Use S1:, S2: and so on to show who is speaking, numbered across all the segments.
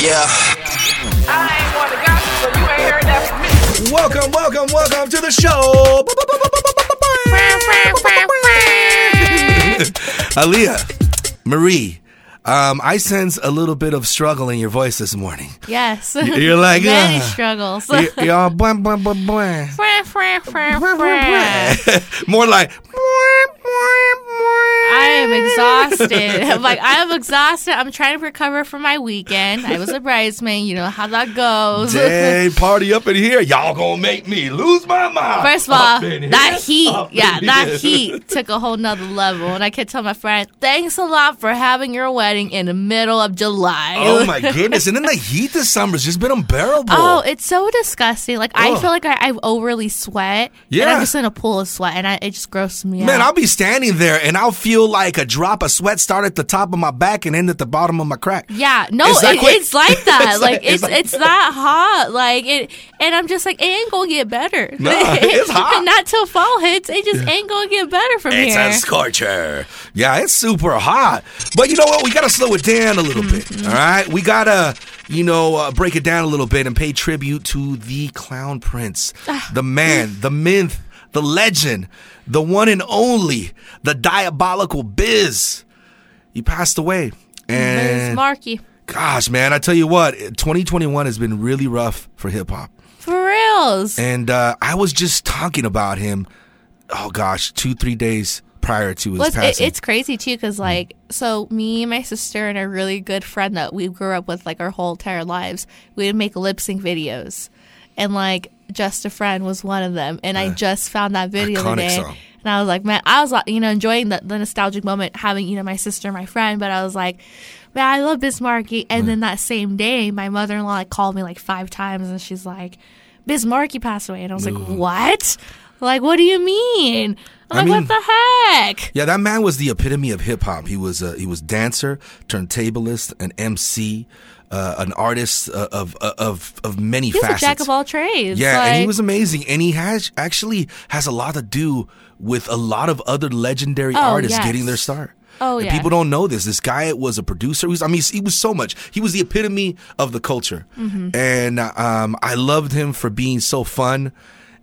S1: Yeah.
S2: I ain't want the gossip, so you ain't heard that from me.
S3: Welcome, welcome, welcome to the show. Aaliyah, Marie, um, I sense a little bit of struggle in your voice this morning.
S4: Yes.
S3: You're like,
S4: many
S3: "Ah."
S4: struggles.
S3: You- You're all blah, blah, blah, blah.
S4: Fra, fra, fra, fra.
S3: More like.
S4: I am exhausted. I'm like I am exhausted. I'm trying to recover from my weekend. I was a bridesmaid. You know how that goes.
S3: Dang, party up in here. Y'all gonna make me lose my mind.
S4: First of all,
S3: Up in here,
S4: that heat,
S3: up in
S4: yeah, that
S3: here.
S4: heat took a whole nother level. And I kept telling my friend, thanks a lot for having your wedding in the middle of July.
S3: Oh my goodness. And then the heat this summer's just been unbearable.
S4: Oh, it's so disgusting. Like, I
S3: Ugh.
S4: feel like I, I overly sweat. And
S3: Yeah.
S4: I'm just in a pool of sweat, and I, it just grosses me
S3: Man, I'll
S4: out.
S3: be standing there and I'll feel like a drop of sweat start at the top of my back and end at the bottom of my crack.
S4: yeah, no,
S3: It's that
S4: it,
S3: quick.
S4: it's like that.
S3: It's
S4: like
S3: that- it's
S4: it's it's,
S3: like-
S4: that hot. Like it, and I'm just like, it ain't gonna get better.
S3: Nah, it's hot.
S4: Not till fall hits. It just ain't gonna get better from
S3: It's
S4: here.
S3: a scorcher. Yeah, it's super hot. But you know what? We got to slow it down a little bit. All right? We got to, you know, uh, break it down a little bit and pay tribute to the clown prince, the man, the myth, the legend, the one and only, the diabolical biz. He passed away.
S4: it's
S3: And
S4: Marky.
S3: gosh, man, I tell you what, 2021 has been really rough for hip hop.
S4: For reals.
S3: And uh, I was just talking about him, oh gosh, two, three days prior to his
S4: Well, it's, it,
S3: passing. Mm.
S4: it's crazy too because like so me and my sister and a really good friend that we grew up with like our whole entire lives we would make lip sync videos and like just a friend was one of them and i just found that video
S3: iconic
S4: today
S3: song.
S4: and i was like man i was like you know enjoying the, the nostalgic moment having you know my sister and my friend but i was like man i love bismarcky and then that same day my mother-in-law like, called me like five times and she's like bismarcky passed away and i was like what like what do you mean
S3: I
S4: i'm like
S3: mean-
S4: what the heck
S3: yeah, that man was the epitome of hip hop. He was a, he was dancer, turntablist, an MC, uh, an artist uh, of uh, of of many
S4: He was
S3: facets.
S4: a jack of all trades.
S3: yeah,
S4: like,
S3: and he was amazing, and he has actually has a lot to do with a lot of other legendary
S4: Oh,
S3: artists
S4: yes.
S3: getting their start.
S4: Oh,
S3: and
S4: yes.
S3: people don't know this. This guy was a producer. He was, I mean, he was so much. He was the epitome of the culture,
S4: Mm-hmm.
S3: and uh, um, I loved him for being so fun.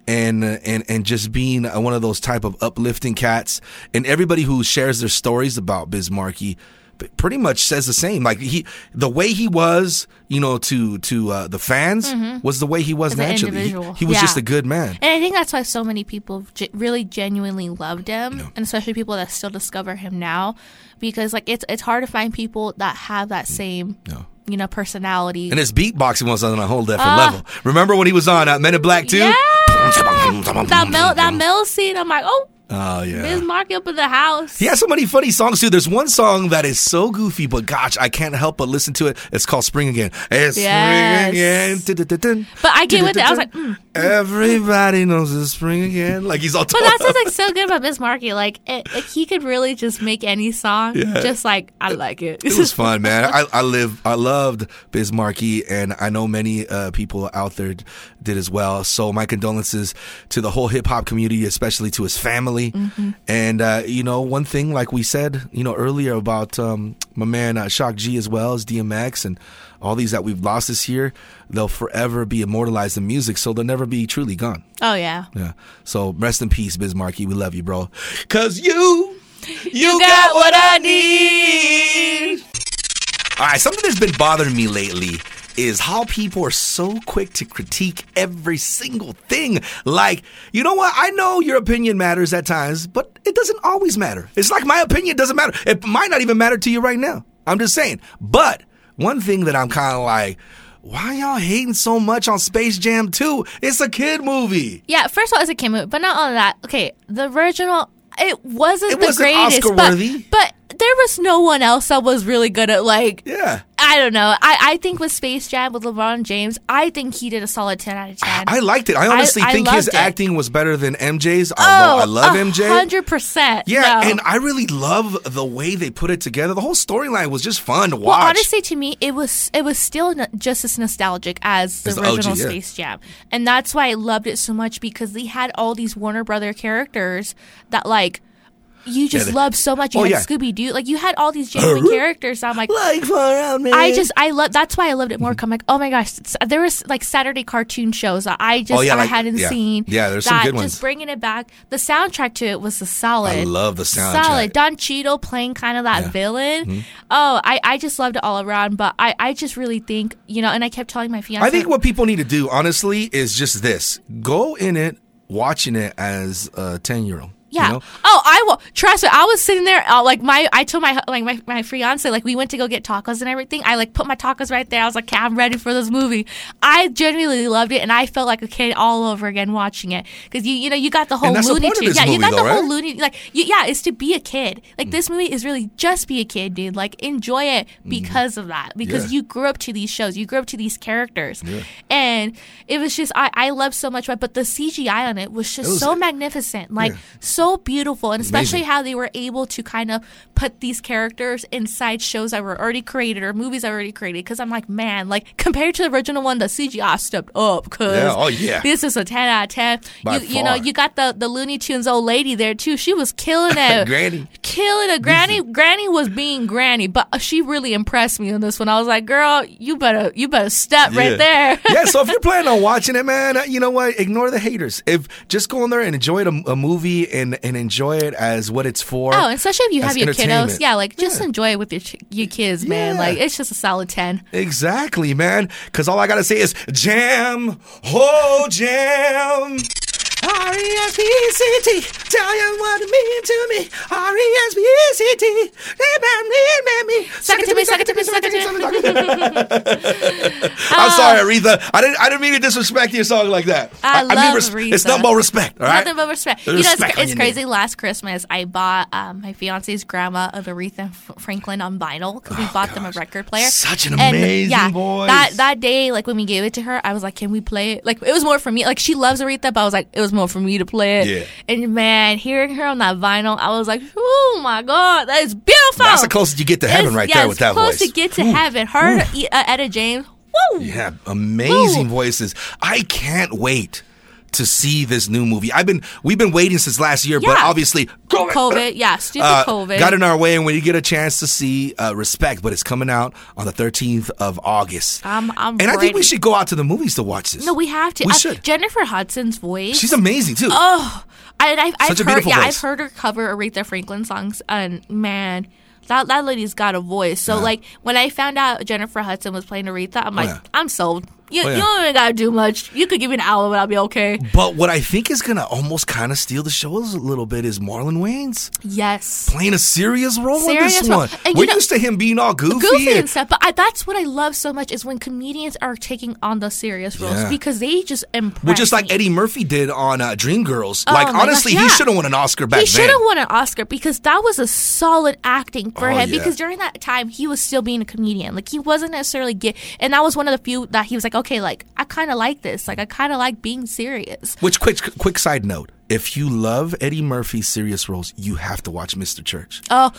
S3: And, uh, and and just being uh, one of those type of uplifting cats, and everybody who shares their stories about Bismarcky, p- pretty much says the same. Like he, the way he was, you know, to to uh, the fans
S4: Mm-hmm.
S3: was the way he was
S4: As an
S3: naturally. He,
S4: individual.
S3: he was
S4: Yeah.
S3: just a good man.
S4: And I think that's why so many people ge- really genuinely loved him, and especially people that still discover him now, because like it's it's hard to find people that have that same you know personality.
S3: Mm. And his beatboxing was on a whole different level. Remember when he was on uh, Men in Black 2?
S4: Uh, yeah, that mill that mill scene. I'm like, oh,
S3: Oh, Mm. yeah.
S4: Biz Markie up in the house.
S3: He has so many funny songs too. There's one song that is so goofy, but gosh, I can't help but listen to it. It's called Spring Again. It's
S4: Yes.
S3: Spring Again. Dun-dun-dun-dun.
S4: But I get with it. I was like,
S3: Dun-dun-dun-dun.
S4: mm.
S3: Everybody knows it's spring again. Like he's all
S4: But that's what's
S3: like,
S4: like so good about Biz Markie. Like, it, it- he could really just make any song,
S3: Yeah.
S4: just like I like it.
S3: it was fun, man. I, I live, I loved Biz Markie, and I know many uh, people out there d- did as well. So my condolences to the whole hip hop community, especially to his family. And uh, you know, one thing like we said, you know, earlier about um, my man uh, Shock G as well as DMX and all these that we've lost this year, they'll forever be immortalized in music, so they'll never be truly gone.
S4: oh yeah.
S3: Yeah. So rest in peace, Biz Markie. We love you, bro. Cause you, you,
S4: got what I
S3: need. All right. Something that's been bothering me lately is how people are so quick to critique every single thing. Like, you know what? I know your opinion matters at times, but it doesn't always matter. It's like my opinion doesn't matter. It might not even matter to you right now. I'm just saying. But one thing that I'm kind of like, why y'all hating so much on Space Jam 2? It's a kid movie.
S4: Yeah, first of all, it's a kid movie, but not only that. Okay, the original, it wasn't
S3: It
S4: the
S3: wasn't
S4: greatest,
S3: Oscar-worthy.
S4: but but there was no one else that was really good at like.
S3: Yeah.
S4: I don't know. I, I think with Space Jam with LeBron James, I think he did a solid ten out of ten.
S3: I liked it. I honestly
S4: I
S3: think his
S4: loved it.
S3: acting was better than MJ's. Although I love MJ.
S4: Oh, hundred percent.
S3: Yeah, and I really love the way they put it together. The whole storyline was just fun to watch.
S4: Well, honestly, to me, it was it was still n- just as nostalgic as the
S3: As the OG,
S4: original
S3: yeah.
S4: Space Jam, and that's why I loved it so much because they had all these Warner Brother characters that like. you just
S3: they-
S4: loved so much. You
S3: Oh,
S4: had
S3: yeah.
S4: Scooby Doo. Like you had all these genuine characters. So I'm like,
S3: Like far out, man.
S4: I just I love that's why I loved it more. 'cause I'm like, oh my gosh, s- there was like Saturday cartoon shows that I
S3: Oh,
S4: just
S3: yeah,
S4: I
S3: like-
S4: hadn't
S3: yeah.
S4: seen.
S3: Yeah, there's
S4: that
S3: some good ones.
S4: Just bringing it back. The soundtrack to it was a solid.
S3: I love the soundtrack. Mm-hmm.
S4: Solid. Don Cheadle playing kind of that villain. Oh, I I just loved it all around. But I I just really think you know, and I kept telling my fiance.
S3: I think what people need to do, honestly, is just this: go in it watching it as a ten-year-old.
S4: Yeah.
S3: You know?
S4: Oh, I will. Trust me. I was sitting there, uh, like my, I told my like my my fiance, like we went to go get tacos and everything. I like put my tacos right there. I was like, okay, I'm ready for this movie. I genuinely loved it, and I felt like a kid all over again watching it because you you know you got the whole
S3: that's the
S4: Looney
S3: point of
S4: Tunes.
S3: this
S4: Yeah, you
S3: movie,
S4: got
S3: though,
S4: the whole
S3: right? Mm.
S4: Looney. Like you, yeah, it's to be a kid. Like this movie is really just be a kid, dude. Like enjoy it because of that because
S3: Yeah.
S4: you grew up to these shows, you grew up to these characters, and it was just I I loved so much. about- But the CGI on it was just
S3: was-
S4: so magnificent. Like so beautiful, and especially
S3: Amazing.
S4: how they were able to kind of put these characters inside shows that were already created or movies that were already created. Because I'm like, man, like compared to the original one, the CGI stepped up. Cause
S3: Yeah, oh, yeah.
S4: this is a ten out of ten.
S3: By
S4: you, you know,
S3: far.
S4: you got the the Looney Tunes old lady there too. She was killing it.
S3: Granny.
S4: Killing it. Granny Granny was being Granny, but she really impressed me on this one. I was like, girl, you better you better step right there.
S3: yeah, so if you're planning on watching it, man, uh, you know what? Ignore the haters. If just go in there and enjoy it, a, a movie and, and enjoy it as what it's for.
S4: Oh, especially if you
S3: as
S4: have your kiddos.
S3: entertainment.
S4: Yeah, like just
S3: Yeah.
S4: enjoy it with your ch- your kids, man.
S3: Yeah.
S4: Like it's just a solid ten.
S3: Exactly, man. Because all I got to say is jam, oh, jam. E R-E-S-P-E-C-T, tell you what it means to me. E R-E-S-P-E-C-T,
S4: Suck it to me, suck it to me, suck it to me. Uh,
S3: I'm sorry, Aretha. I didn't, I didn't mean to disrespect your song like that.
S4: I love
S3: It's
S4: Aretha.
S3: nothing but respect, all right?
S4: Nothing but respect.
S3: There's
S4: you know,
S3: respect
S4: it's,
S3: on
S4: it's
S3: your
S4: crazy.
S3: name.
S4: Last Christmas, I bought um, my fiance's grandma of Aretha F- Franklin on vinyl because we bought them a
S3: Oh, gosh.
S4: record player.
S3: Such an
S4: And,
S3: amazing
S4: yeah,
S3: voice.
S4: That that day, like when we gave it to her, I was like, "Can we play it?" Like it was more for me. Like she loves Aretha, but I was like, it was more for me to play it.
S3: Yeah.
S4: And man, hearing her on that vinyl, I was like, "Oh my god, that is beautiful."
S3: That's the closest you get to heaven
S4: It's-
S3: right
S4: yeah,
S3: there
S4: it's
S3: with that voice.
S4: close to get to heaven. Her, E- uh, Etta James. Woo!
S3: Yeah, amazing
S4: Woo.
S3: voices. I can't wait to see this new movie. I've been we've been waiting since last year, but
S4: Yeah.
S3: obviously
S4: COVID. yeah, stupid
S3: uh,
S4: COVID.
S3: got in our way. And when you get a chance to see uh, Respect, but it's coming out on the 13th of August.
S4: I'm- I'm
S3: and I think we
S4: ready.
S3: should go out to the movies to watch this.
S4: no, we have to.
S3: We
S4: I-
S3: should.
S4: Jennifer Hudson's voice.
S3: She's amazing too.
S4: oh, I, I've, I've
S3: Such a
S4: heard.
S3: beautiful
S4: Yeah,
S3: voice.
S4: I've heard her cover Aretha Franklin songs, and man. That, that lady's got a voice. So like when I found out Jennifer Hudson was playing Aretha, I'm like,
S3: Oh, yeah.
S4: I'm sold. You,
S3: Oh, yeah.
S4: you don't even gotta do much. You could give me an album and I'll be okay.
S3: But what I think is gonna almost kind of steal the shows a little bit is Marlon Wayans
S4: Yes.
S3: playing a serious role in
S4: Serious
S3: this
S4: role.
S3: one.
S4: And you
S3: We're
S4: know-
S3: used to him being all goofy,
S4: goofy
S3: and-
S4: and stuff. But I, that's what I love so much is when comedians are taking on the serious roles
S3: Yeah.
S4: because they just impress.
S3: Well, just like
S4: me.
S3: Eddie Murphy did on uh, Dreamgirls.
S4: Oh
S3: like,
S4: my gosh,
S3: honestly, he
S4: yeah.
S3: should have won an Oscar back
S4: He
S3: then.
S4: should have won an Oscar because that was a solid acting for
S3: Oh,
S4: him.
S3: yeah.
S4: Because during that time, he was still being a comedian. Like he wasn't necessarily get, and that was one of the few that he was like, okay, like I kind of like this. Like I kind of like being serious.
S3: Which quick quick side note: if you love Eddie Murphy's serious roles, you have to watch Mr. Church.
S4: Oh,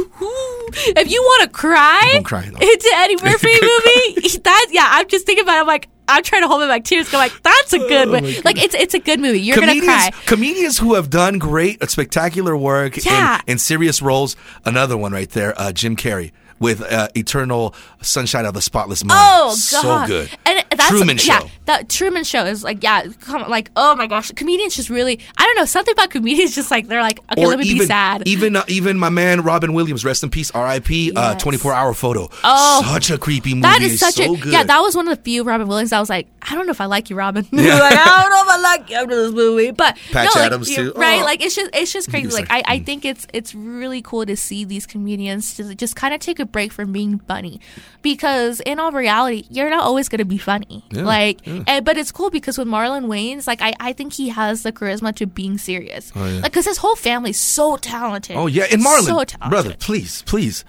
S4: if you want to cry,
S3: Don't cry, though.
S4: it's an Eddie Murphy movie. That yeah, I'm just thinking about. It, I'm like. I'm trying to hold back tears. 'cause I'm like, that's a good one. Like, it's it's a good movie. You're
S3: Oh comedians,
S4: gonna cry.
S3: comedians who have done great, uh, spectacular work in-
S4: Yeah.
S3: in, serious roles. Another one right there, uh, Jim Carrey with uh, "Eternal Sunshine of the Spotless Mind."
S4: Oh
S3: so
S4: god,
S3: good.
S4: And that's
S3: Truman
S4: yeah,
S3: Show.
S4: that Truman Show is like yeah, come, like oh my gosh, comedians just really I don't know something about comedians just like they're like okay, let me
S3: even,
S4: be sad.
S3: Even uh, even my man Robin Williams, rest in peace, R.I.P. Uh,
S4: Yes.
S3: Twenty four hour photo.
S4: Oh.
S3: such a creepy movie.
S4: that is such
S3: so
S4: a
S3: good.
S4: yeah. That was one of the few Robin Williams. I was like, I don't know if I like you, Robin. like I don't know if I like you after this movie. But
S3: Patch
S4: no, like,
S3: Adams, too.
S4: you- right?
S3: Oh.
S4: Like it's just it's just crazy.
S3: was
S4: Like I,
S3: like, hmm.
S4: I think it's it's really cool to see these comedians to just kind of take a break from being funny, because in all reality, you're not always going to be funny. like, and, but it's cool because with Marlon Wayans, like I, I think he has the charisma to being serious.
S3: Oh, yeah.
S4: Like because his whole family's so talented.
S3: Oh yeah, and Marlon,
S4: so talented.
S3: brother, please, please,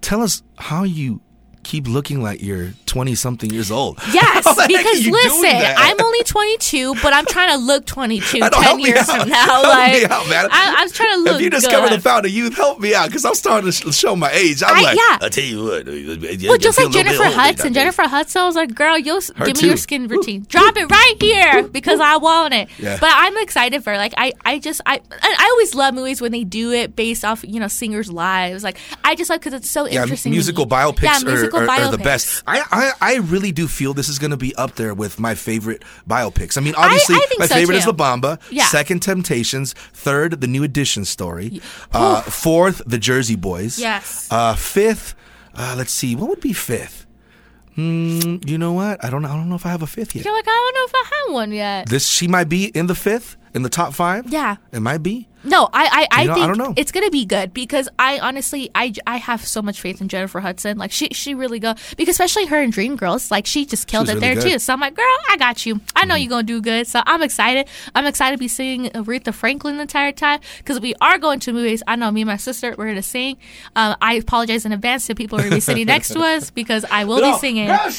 S3: tell us how you keep looking like you're 20 something years old.
S4: Yes,
S3: How the heck are
S4: because
S3: you doing
S4: listen,
S3: that?
S4: I'm only 22, but I'm trying to look 22
S3: I know,
S4: 10
S3: help me
S4: years
S3: out.
S4: from now.
S3: Help
S4: like,
S3: me out, man.
S4: I, I'm trying to look.
S3: If you discover
S4: good.
S3: the fountain of youth, help me out because I'm starting to sh- show my age. I'm
S4: I-
S3: like,
S4: yeah.
S3: I tell you what, uh, well,
S4: Well, just like Jennifer Hudson. Jennifer Hudson was like, "Girl, you give me
S3: too.
S4: your skin routine. Drop it right here because I want it."
S3: Yeah.
S4: But I'm excited for it. like I, I just I and I always love movies when they do it based off you know singers' lives. Like I just love because it's so
S3: Yeah,
S4: interesting. to
S3: musical
S4: me.
S3: biopics,
S4: Yeah,
S3: are-
S4: musical
S3: are, are, the
S4: biopics.
S3: best. I, I, I really do feel this is going to be up there with my favorite biopics. I mean, obviously,
S4: I think
S3: my
S4: so,
S3: favorite is
S4: too.
S3: La Bamba.
S4: Yeah.
S3: Second, Temptations. Third, The New Edition Story. Uh, fourth, The Jersey Boys.
S4: Yes.
S3: Uh, fifth, uh, let's see, what would be fifth? Mm, you know what? I don't. I don't know if I have a fifth yet.
S4: You're like I don't know if I have one yet.
S3: This she might be in the fifth in the top five.
S4: Yeah.
S3: it might be.
S4: No, I I, I
S3: You know, I
S4: think
S3: don't know.
S4: it's gonna be good because I honestly I I have so much faith in Jennifer Hudson. Like she she really go because especially her in Dreamgirls, like she just killed
S3: was
S4: it
S3: really
S4: there
S3: good. Mm-hmm.
S4: too. So I'm like, girl, I got you. I know you're gonna do good. So I'm excited. I'm excited to be seeing Aretha Franklin the entire time because we are going to movies. I know me and my sister we're gonna sing. Um, I apologize in advance to people who are gonna be sitting next to us because I will be singing. Yeah.
S3: hear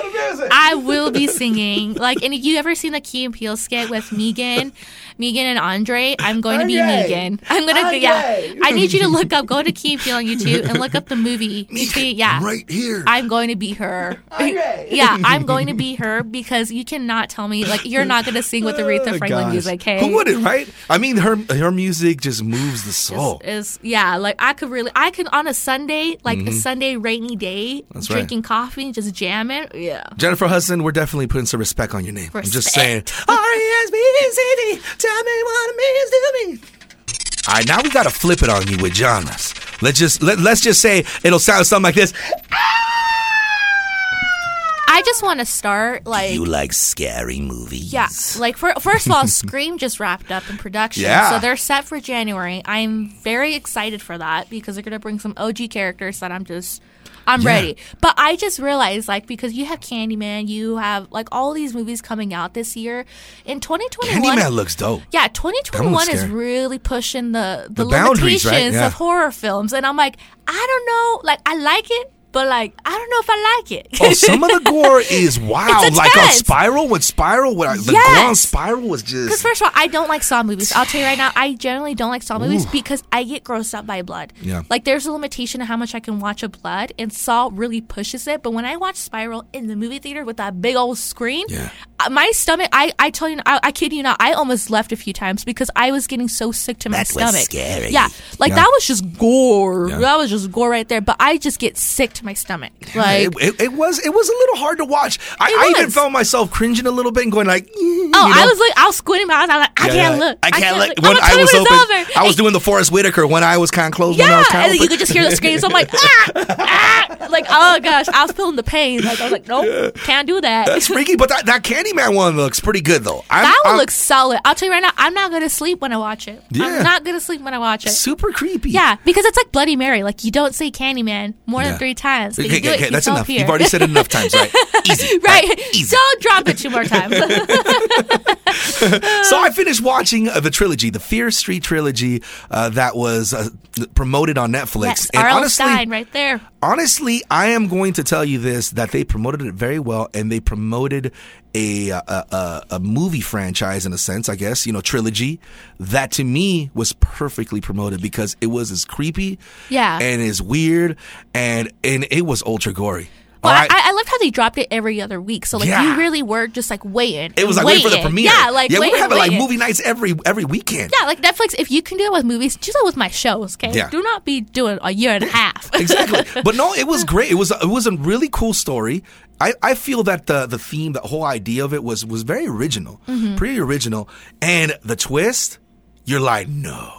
S3: the music.
S4: I will be singing. Like, and if you ever seen the Key and Peele skit with Megan, Megan and Andre, I'm going to be
S3: Andre.
S4: Megan. I'm gonna be yeah.
S3: Andre.
S4: I need you to look up, go to Key and Peele on YouTube and look up the movie. Between, yeah,
S3: right here.
S4: I'm going to be her. yeah, I'm going to be her because you cannot tell me like you're not gonna sing with
S3: Oh,
S4: Aretha Franklin
S3: gosh.
S4: music. Hey,
S3: Who wouldn't, right? I mean, her her music just moves the soul.
S4: Is yeah, like I could really, I could on a Sunday, like a Sunday rainy day,
S3: Mm-hmm. That's right.
S4: drinking coffee, just jamming. Yeah,
S3: Jennifer Hudson, we're definitely putting some respect on your name. I'm just saying. E
S4: Respect.
S3: R-E-S-P-E-C-T, tell me what it means to me. All right, now we gotta flip it on you with genres. Let's just let, let's just say it'll sound something like this.
S4: I just want to start like
S3: You like scary movies?
S4: Yeah, like for, first of all, Scream just wrapped up in production,
S3: Yeah.
S4: so they're set for January. I'm very excited for that because they're gonna bring some OG characters that I'm just, I'm
S3: Yeah.
S4: ready. But I just realized like because you have Candyman, you have like all these movies coming out this year in 2021.
S3: Candyman looks dope.
S4: Yeah, 2021 is
S3: scary.
S4: really pushing the the,
S3: The boundaries,
S4: limitations
S3: right? Yeah.
S4: of horror films, and I'm like, I don't know, like I like it, but like I don't know if I like it.
S3: Oh, some of the gore is wow.
S4: It's
S3: like on
S4: intense.
S3: Spiral, when Spiral, when I, the
S4: Yes.
S3: gore on Spiral was
S4: Because
S3: just.
S4: first of all, I don't like Saw movies. I'll tell you right now, I generally don't like Saw movies because I get grossed out by blood.
S3: Yeah.
S4: Like there's a limitation of how much I can watch of blood, and Saw really pushes it. But when I watch Spiral in the movie theater with that big old screen,
S3: Yeah.
S4: uh, my stomach, I, I tell you, I, I kid you not, I almost left a few times because I was getting so sick to my
S3: That was
S4: stomach.
S3: scary.
S4: Yeah. Like
S3: Yeah.
S4: that was just gore.
S3: Yeah.
S4: That was just gore right there. But I just get sick to my stomach. Like.
S3: it, it, it was it was a little hard to watch. I,
S4: It
S3: I even
S4: was.
S3: found myself cringing a little bit and going like, oh,
S4: Oh, I was like, I was squinting my eyes. I was like, I can't look. Oh
S3: I can't look.
S4: I'm
S3: When
S4: gonna
S3: I
S4: tell you
S3: was
S4: when it's
S3: open,
S4: over.
S3: I was doing the Forrest Whitaker. One eye was kind of closed. One eye
S4: Yeah,
S3: was kind
S4: and
S3: of
S4: then you
S3: open.
S4: could just hear the screams. I'm like, ah, ah, like oh gosh, I was feeling the pain. Like I was like, nope, can't do that.
S3: That's freaky. But that, that Candyman one looks pretty good though. I'm,
S4: that one
S3: I'm
S4: looks solid. I'll tell you right now, I'm not gonna sleep when I watch it.
S3: Yeah.
S4: I'm not gonna sleep when I watch it.
S3: super creepy.
S4: Yeah, because it's like Bloody Mary. Like you don't say Candyman more
S3: Yeah.
S4: than three times. But
S3: Okay,
S4: you do
S3: okay,
S4: it
S3: okay, that's
S4: yourself
S3: enough.
S4: Here.
S3: You've already said it enough times, right? Easy.
S4: right.
S3: Easy.
S4: Don't drop it two more times.
S3: so I finished watching uh, the trilogy, the Fear Street trilogy, uh, that was uh, promoted on Netflix.
S4: yes,
S3: and
S4: R.L.
S3: honestly,
S4: Stein right there.
S3: honestly, I am going to tell you this: that they promoted it very well, and they promoted a uh, a, a a movie franchise in a sense, I guess, you know, trilogy that to me was perfectly promoted because it was as creepy,
S4: Yeah.
S3: and as weird, and and it was ultra gory.
S4: Well,
S3: All right?
S4: I, I loved how they dropped it every other week. So like
S3: Yeah.
S4: you really were just like waiting.
S3: it was like waiting
S4: waiting
S3: for the premiere.
S4: Yeah, like
S3: yeah, we
S4: waiting,
S3: were having like
S4: waiting.
S3: movie nights every every weekend.
S4: Yeah, like Netflix, if you can do it with movies, do that with my shows, okay?
S3: Yeah.
S4: Do not be doing a year and a half.
S3: exactly. But no, it was great. It was it was a really cool story. I, I feel that the the theme, the whole idea of it was was very original,
S4: Mm-hmm.
S3: pretty original. And the twist, you're like, no.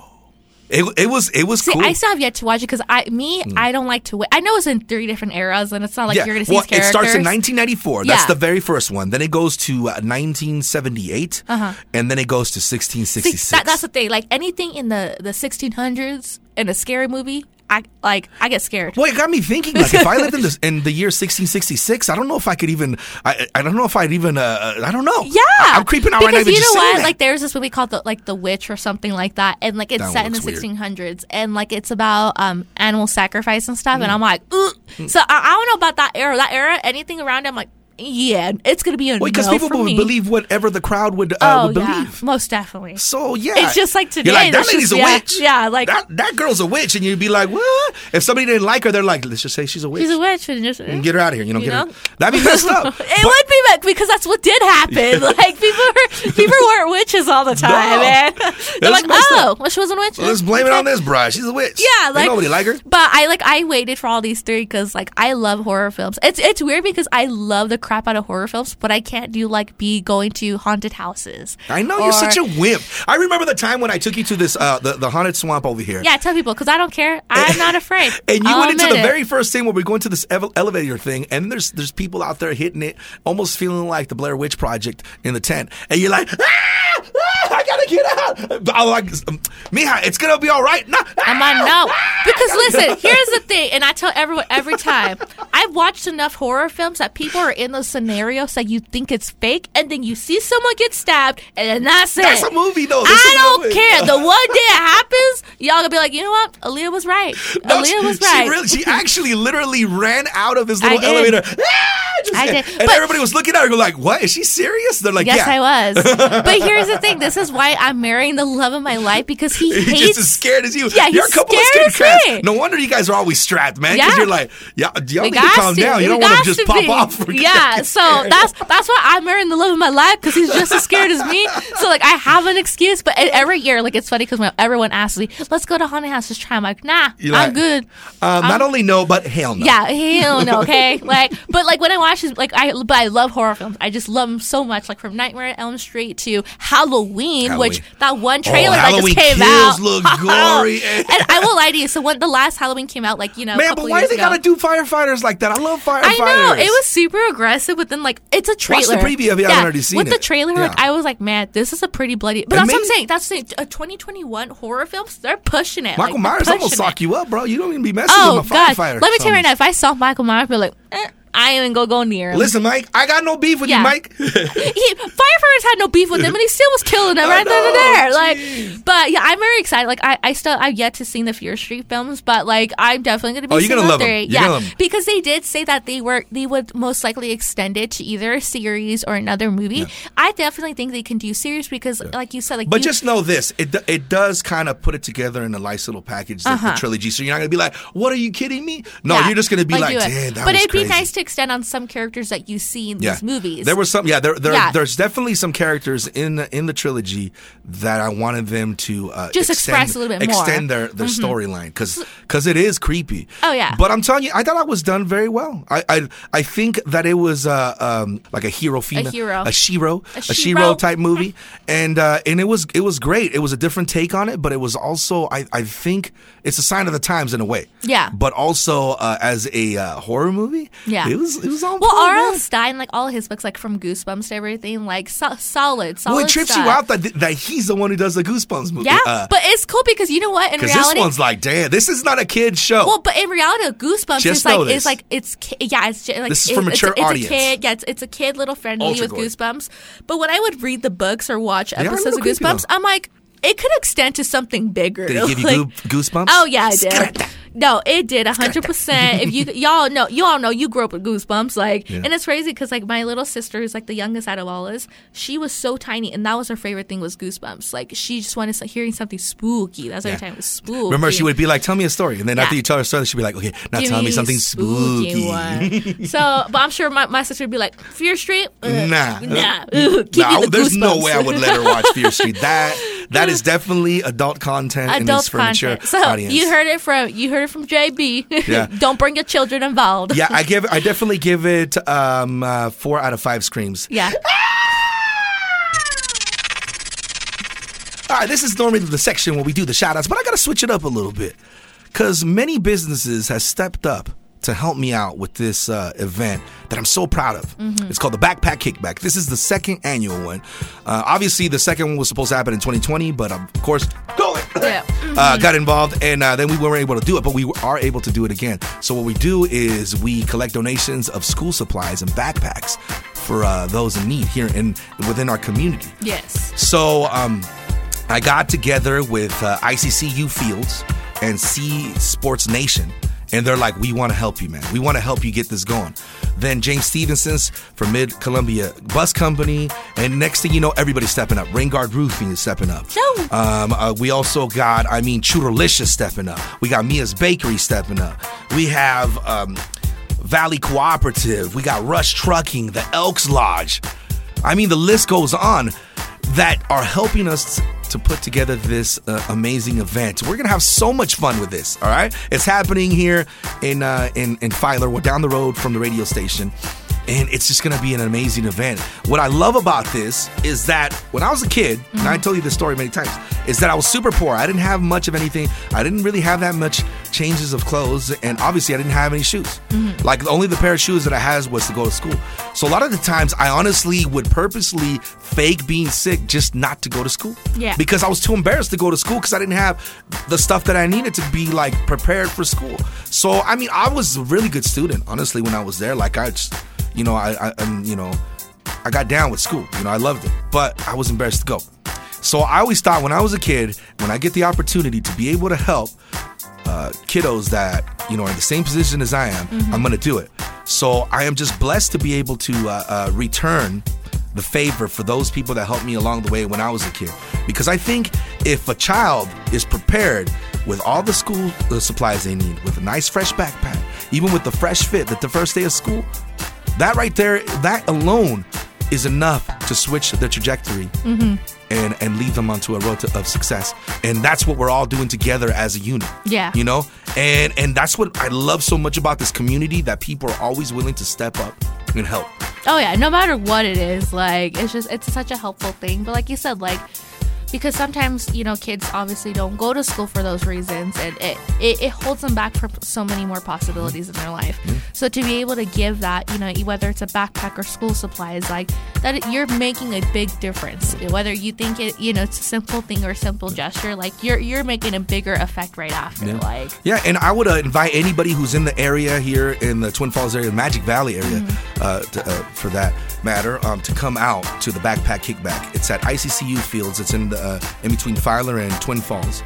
S3: It, it was it was
S4: See,
S3: cool. Mm.
S4: I still have yet to watch it because I, me, I don't like to wait. I know it's in three different eras, and it's not like you're going to see
S3: well,
S4: his characters.
S3: it starts in 1994. That's
S4: Yeah.
S3: the very first one. Then it goes to uh, 1978, and then it goes to
S4: Uh-huh. See,
S3: 1666.
S4: that, that's the thing. Like anything in the the 1600s in a scary movie, I like I get scared.
S3: Well, it got me thinking. Like, if I lived in, this, in the year 1666, I don't know if I could even. I, I don't know if I'd even. Uh, I don't know.
S4: Yeah,
S3: I, am creeping out
S4: because
S3: right now. even
S4: you know
S3: just saying
S4: what?
S3: that.
S4: Like there's this movie called the like the Witch or something like that, and like it's
S3: That
S4: set in the
S3: looks weird.
S4: 1600s, and like it's about um animal sacrifice and stuff,
S3: Mm.
S4: and I'm like, Ugh. so I, I don't know about that era. That era, anything around, it, I'm like, yeah, it's gonna be a
S3: Well, because
S4: no
S3: people
S4: for
S3: would
S4: me.
S3: believe whatever the crowd would, uh,
S4: oh
S3: would
S4: yeah,
S3: believe.
S4: most definitely.
S3: So yeah,
S4: It's just like today,
S3: You're like that
S4: that's
S3: lady's
S4: just-
S3: a
S4: yeah,
S3: witch.
S4: yeah, like-
S3: that, that girl's a witch, and you'd be like, what? If somebody didn't like her, they're like, let's just say she's a witch.
S4: She's a witch, and just
S3: and get her out of here. You know,
S4: You
S3: get
S4: know?
S3: her. That'd be messed up.
S4: it would be bad because that's what did happen. Like people, were, people weren't witches all the time,
S3: No.
S4: man. They're
S3: That's
S4: like,
S3: messed
S4: oh,
S3: up.
S4: well, she wasn't a witch.
S3: Let's blame it on
S4: Okay.
S3: this bride. She's a witch.
S4: Yeah,
S3: Ain't
S4: like
S3: nobody like her.
S4: But I like I waited for all these three because like I love horror films. It's it's weird because I love the crap out of horror films, but I can't do like be going to haunted houses.
S3: I know
S4: or-
S3: you're such a wimp. I remember the time when I took you to this uh, the the haunted swamp over here.
S4: yeah. Tell people because I don't care. I'm not afraid.
S3: And you
S4: I'll
S3: went into the
S4: admit Oh, it.
S3: very first thing where we're going to this ev- elevator thing, and there's there's people out there hitting it, almost feeling like the Blair Witch Project in the tent, and you're like, ah, ah, I gotta get out. But I'm like, um, Mija, it's gonna be all right. ah, No,
S4: I'm like, no. Because listen, here's the thing, and I tell everyone every time I've watched enough horror films that people are in those scenarios that you think it's fake, and then you see someone get stabbed, and then that's it.
S3: That's a movie, though. That's
S4: I
S3: a
S4: don't
S3: movie.
S4: care. The one day it happens, y'all gonna be like, you know what? Aaliyah was right.
S3: No,
S4: Aaliyah
S3: she-
S4: was right.
S3: She, really, she actually literally ran out of this little
S4: did.
S3: elevator. "Ah!" Just-
S4: I did.
S3: And
S4: But-
S3: everybody was looking at her, going like, "What? Is she serious?" They're like,
S4: Yes,
S3: "Yeah."
S4: I was. But here's the thing. This is why I'm marrying the love of my life because he
S3: He's
S4: hates.
S3: just as scared as you.
S4: Yeah,
S3: you're a
S4: he's
S3: couple
S4: scared
S3: of
S4: as
S3: scared
S4: me.
S3: cats. No wonder you guys are always strapped, man. Because
S4: Yeah.
S3: you're like, y'all, y'all
S4: We
S3: need to calm
S4: gotta-
S3: down. You
S4: we
S3: don't want to
S4: gotta
S3: just pop
S4: be.
S3: off.
S4: Yeah, so that's that's why I'm marrying the love of my life because he's just as scared as me. So like I have an excuse, but and every year like it's funny because when everyone asks me, "Let's go to haunted house, just try." I'm like, "Nah,
S3: You're
S4: I'm
S3: like,
S4: good."
S3: Um, not only no, but hell no.
S4: Yeah, hell no. Okay, like, but like when I watch this, like I, but I love horror films. I just love them so much. Like from Nightmare on Elm Street to Halloween, which
S3: Halloween.
S4: that one
S3: Oh,
S4: trailer that
S3: Halloween
S4: just came
S3: Kills
S4: out
S3: look gory.
S4: and I will lie to you. So when the last Halloween came out, like you know, a
S3: man,
S4: couple
S3: but why do
S4: years
S3: they
S4: ago-
S3: gotta do firefighters like that? I love firefighters.
S4: I know it was super aggressive, but then like it's a
S3: Watch
S4: trailer.
S3: the preview if you haven't already seen
S4: with
S3: it.
S4: the trailer, like
S3: Yeah.
S4: I was like, man, this is a pretty bloody. But
S3: And
S4: that's what I'm
S3: maybe-
S4: saying. That's the thing. Uh, 2021 horror films. They're pushing it.
S3: Michael
S4: like,
S3: Myers
S4: they're
S3: almost
S4: pushing
S3: sock
S4: it.
S3: you up, bro. You don't even be messing
S4: Oh
S3: with my
S4: god!
S3: firefighter.
S4: Let me tell
S3: So-
S4: you right now. If I saw Michael Myers, I'd be like, eh, I ain't even gonna go near him.
S3: Listen, Mike, I got no beef with
S4: Yeah.
S3: you, Mike.
S4: he, firefighters had no beef with him, and he still was killing them right then and
S3: know,
S4: there. Like,
S3: Oh, jeez.
S4: but yeah, I'm very excited. Like, I, I still I've yet to see the Fear Street films, but like I'm definitely gonna be.
S3: Oh, you're
S4: seeing
S3: gonna
S4: all
S3: love 'em.
S4: three.
S3: You're
S4: Yeah,
S3: gonna love 'em.
S4: because they did say that they were they would most likely extend it to either a series or another movie. I definitely think they can do series because, like you said, like
S3: But
S4: you-
S3: just know this: it do- it does kind of put it together in a nice little package, the, the
S4: Uh-huh.
S3: trilogy. So you're not gonna be like, "What are you kidding me?" No,
S4: yeah,
S3: you're just gonna be like,
S4: do it.
S3: "Damn, that
S4: But
S3: was
S4: it'd
S3: crazy."
S4: be nice to extend on some characters that you see in
S3: yeah.
S4: these movies.
S3: There was some, yeah. There, there
S4: Yeah.
S3: there's definitely some characters in the, in the trilogy that I wanted them to uh,
S4: Just
S3: extend,
S4: express a little bit more. Mm-hmm.
S3: extend their their storyline because it is creepy.
S4: Oh, yeah.
S3: But I'm telling you, I thought I was done very well. I I, I think that it was uh, um like a hero female,
S4: hero.
S3: a shiro,
S4: A
S3: a
S4: shiro.
S3: shiro type movie, and uh, and it was it was great. It was a different take on it, but it was also I I think it's a sign of the times in a way.
S4: Yeah.
S3: But also uh, as a uh, horror movie,
S4: Yeah.
S3: it was it was on
S4: Well,
S3: point, Oh, man.
S4: R.L. Stein, like all his books, like from Goosebumps to everything, like so- solid, solid.
S3: Well, it trips
S4: stuff.
S3: you out that that he's the one who does the Goosebumps movie.
S4: Yeah,
S3: Uh,
S4: but it's cool because you know what? In
S3: 'cause this
S4: reality,
S3: one's like, damn, this is not a kid show.
S4: well, but in reality, Goosebumps
S3: Just
S4: is like
S3: know
S4: it's
S3: this.
S4: like it's ki- yeah, it's just, like
S3: This is
S4: it-
S3: for mature
S4: it's,
S3: audience.
S4: It's a kid, yeah, it's, it's a kid little friendly
S3: Ultra
S4: with
S3: gory.
S4: Goosebumps. But when I would read the books or watch
S3: are a
S4: episodes
S3: little
S4: of
S3: creepy,
S4: Goosebumps,
S3: though.
S4: I'm like, it could extend to something bigger.
S3: Did it give you
S4: Like-
S3: goo- goosebumps?
S4: Oh yeah, I did.
S3: Skrrt.
S4: No, it did hundred percent. If you y'all know, you all know you grew up with goosebumps, like, and it's crazy because like my little sister, who's like the youngest out of all us, she was so tiny, and that was her favorite thing was goosebumps. Like she just wanted to hearing something spooky. That's her
S3: Yeah.
S4: time was spooky.
S3: Remember, she would be like, "Tell me a story," and then after
S4: Yeah.
S3: you tell her a story, she'd be like, "Okay, now
S4: Give
S3: tell me
S4: a
S3: something spooky."
S4: one. so, but I'm sure my, my sister would be like Fear Street. Ugh,
S3: Nah, Uh,
S4: nah. Ugh, give
S3: Nah,
S4: me the
S3: there's no
S4: goosebumps."
S3: way I would let her watch Fear Street. That that is definitely adult content and it's
S4: Adult
S3: for mature
S4: content. So
S3: audience.
S4: you heard it from you heard it from JB.
S3: Yeah.
S4: Don't bring your children involved.
S3: yeah, I give. I definitely give it um, uh, four out of five screams.
S4: Yeah.
S3: All right, this is normally the section where we do the shout outs, but I got to switch it up a little bit because many businesses have stepped up to help me out with this uh, event that I'm so proud of. It's called the Backpack Kickback. This is the second annual one. Uh, obviously, the second one was supposed to happen in 2020, but of course, go that uh, got involved, and uh, then we weren't able to do it, but we were- are able to do it again. So what we do is we collect donations of school supplies and backpacks for uh, those in need here in within our community.
S4: Yes.
S3: So um, I got together with uh, ICCU Fields and C Sports Nation. And they're like, we want to help you, man. We want to help you get this going. Then James Stevenson's from Mid Columbia Bus Company. And next thing you know, everybody's stepping up. Ringard Roofing is stepping up.
S4: Sure.
S3: Um, uh, we also got, I mean, Chudelicious stepping up. We got Mia's Bakery stepping up. We have um, Valley Cooperative. We got Rush Trucking, the Elks Lodge. I mean, the list goes on that are helping us to put together this uh, amazing event. We're gonna have so much fun with this. All right, it's happening here in uh, in in Filer. We're down the road from the radio station. And it's just gonna be an amazing event. What I love about this is that when I was a kid, and I told you this story many times, is that I was super poor. I didn't have much of anything. I didn't really have that much changes of clothes, and obviously I didn't have any shoes. Like only the pair of shoes that I had was to go to school. So a lot of the times I honestly would purposely fake being sick just not to go to school.
S4: Yeah.
S3: Because I was too embarrassed to go to school because I didn't have the stuff that I needed to be like prepared for school. So I mean I was a really good student honestly when I was there. Like I just you know I, I um, you know I got down with school. You know, I loved it, but I was embarrassed to go. So I always thought when I was a kid, when I get the opportunity to be able to help uh, kiddos that you know are in the same position as I am, I'm gonna do it. So I am just blessed to be able to uh, uh, return the favor for those people that helped me along the way when I was a kid, because I think if a child is prepared with all the school uh, supplies they need, with a nice fresh backpack, even with the fresh fit that the first day of school, that right there, that alone is enough to switch the trajectory and and lead them onto a road to, of success. And that's what we're all doing together as a unit.
S4: Yeah.
S3: You know? And and that's what I love so much about this community that people are always willing to step up and help.
S4: Oh yeah, no matter what it is, like it's just it's such a helpful thing. But like you said, like because sometimes you know kids obviously don't go to school for those reasons, and it it, it holds them back for so many more possibilities in their life. So to be able to give that, you know, whether it's a backpack or school supplies, like that it- you're making a big difference. Whether you think it, you know, it's a simple thing or a simple gesture, like you're you're making a bigger effect right after. Like
S3: Yeah, and I would uh, invite anybody who's in the area here in the Twin Falls area, Magic Valley area,
S4: Mm-hmm.
S3: uh, to, uh, for that matter, um, to come out to the Backpack Kickback. It's at ICCU Fields. It's in the uh, in between Filer and Twin Falls,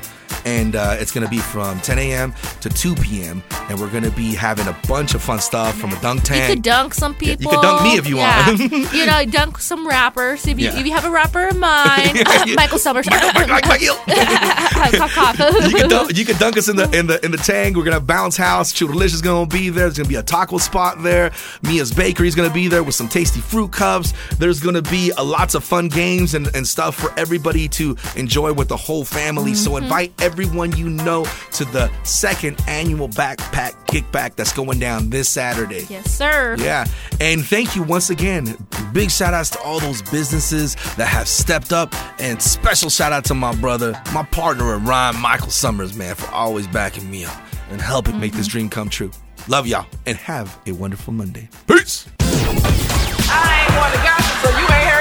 S3: and uh, it's gonna be from 10 a.m. to 2 p.m. And we're gonna be having a bunch of fun stuff from a dunk tank.
S4: You could dunk some
S3: you
S4: people.
S3: could dunk me if you want.
S4: Yeah. you know, dunk some rappers if you,
S3: Yeah.
S4: if you have a rapper in mind.
S3: Yeah, yeah.
S4: Michael Summers.
S3: Michael- Michael- Michael.
S4: cough, cough.
S3: you can dunk, you can dunk us in the in the in the tank. We're gonna have bounce house. Chudelicious is gonna be there. There's gonna be a taco spot there. Mia's bakery's gonna be there with some tasty fruit cups. There's gonna be a, lots of fun games and, and stuff for everybody to enjoy with the whole family. So invite everyone you know to the second annual backpack kickback that's going down this Saturday.
S4: Yes, sir.
S3: Yeah. And thank you once again. Big shout outs to all those businesses that have stepped up. And special shout out to my brother, my partner in Ryan Michael Summers, man, for always backing me up and helping make this dream come true. Love y'all and have a wonderful Monday. Peace.
S2: I ain't want the gossip, so you ain't heard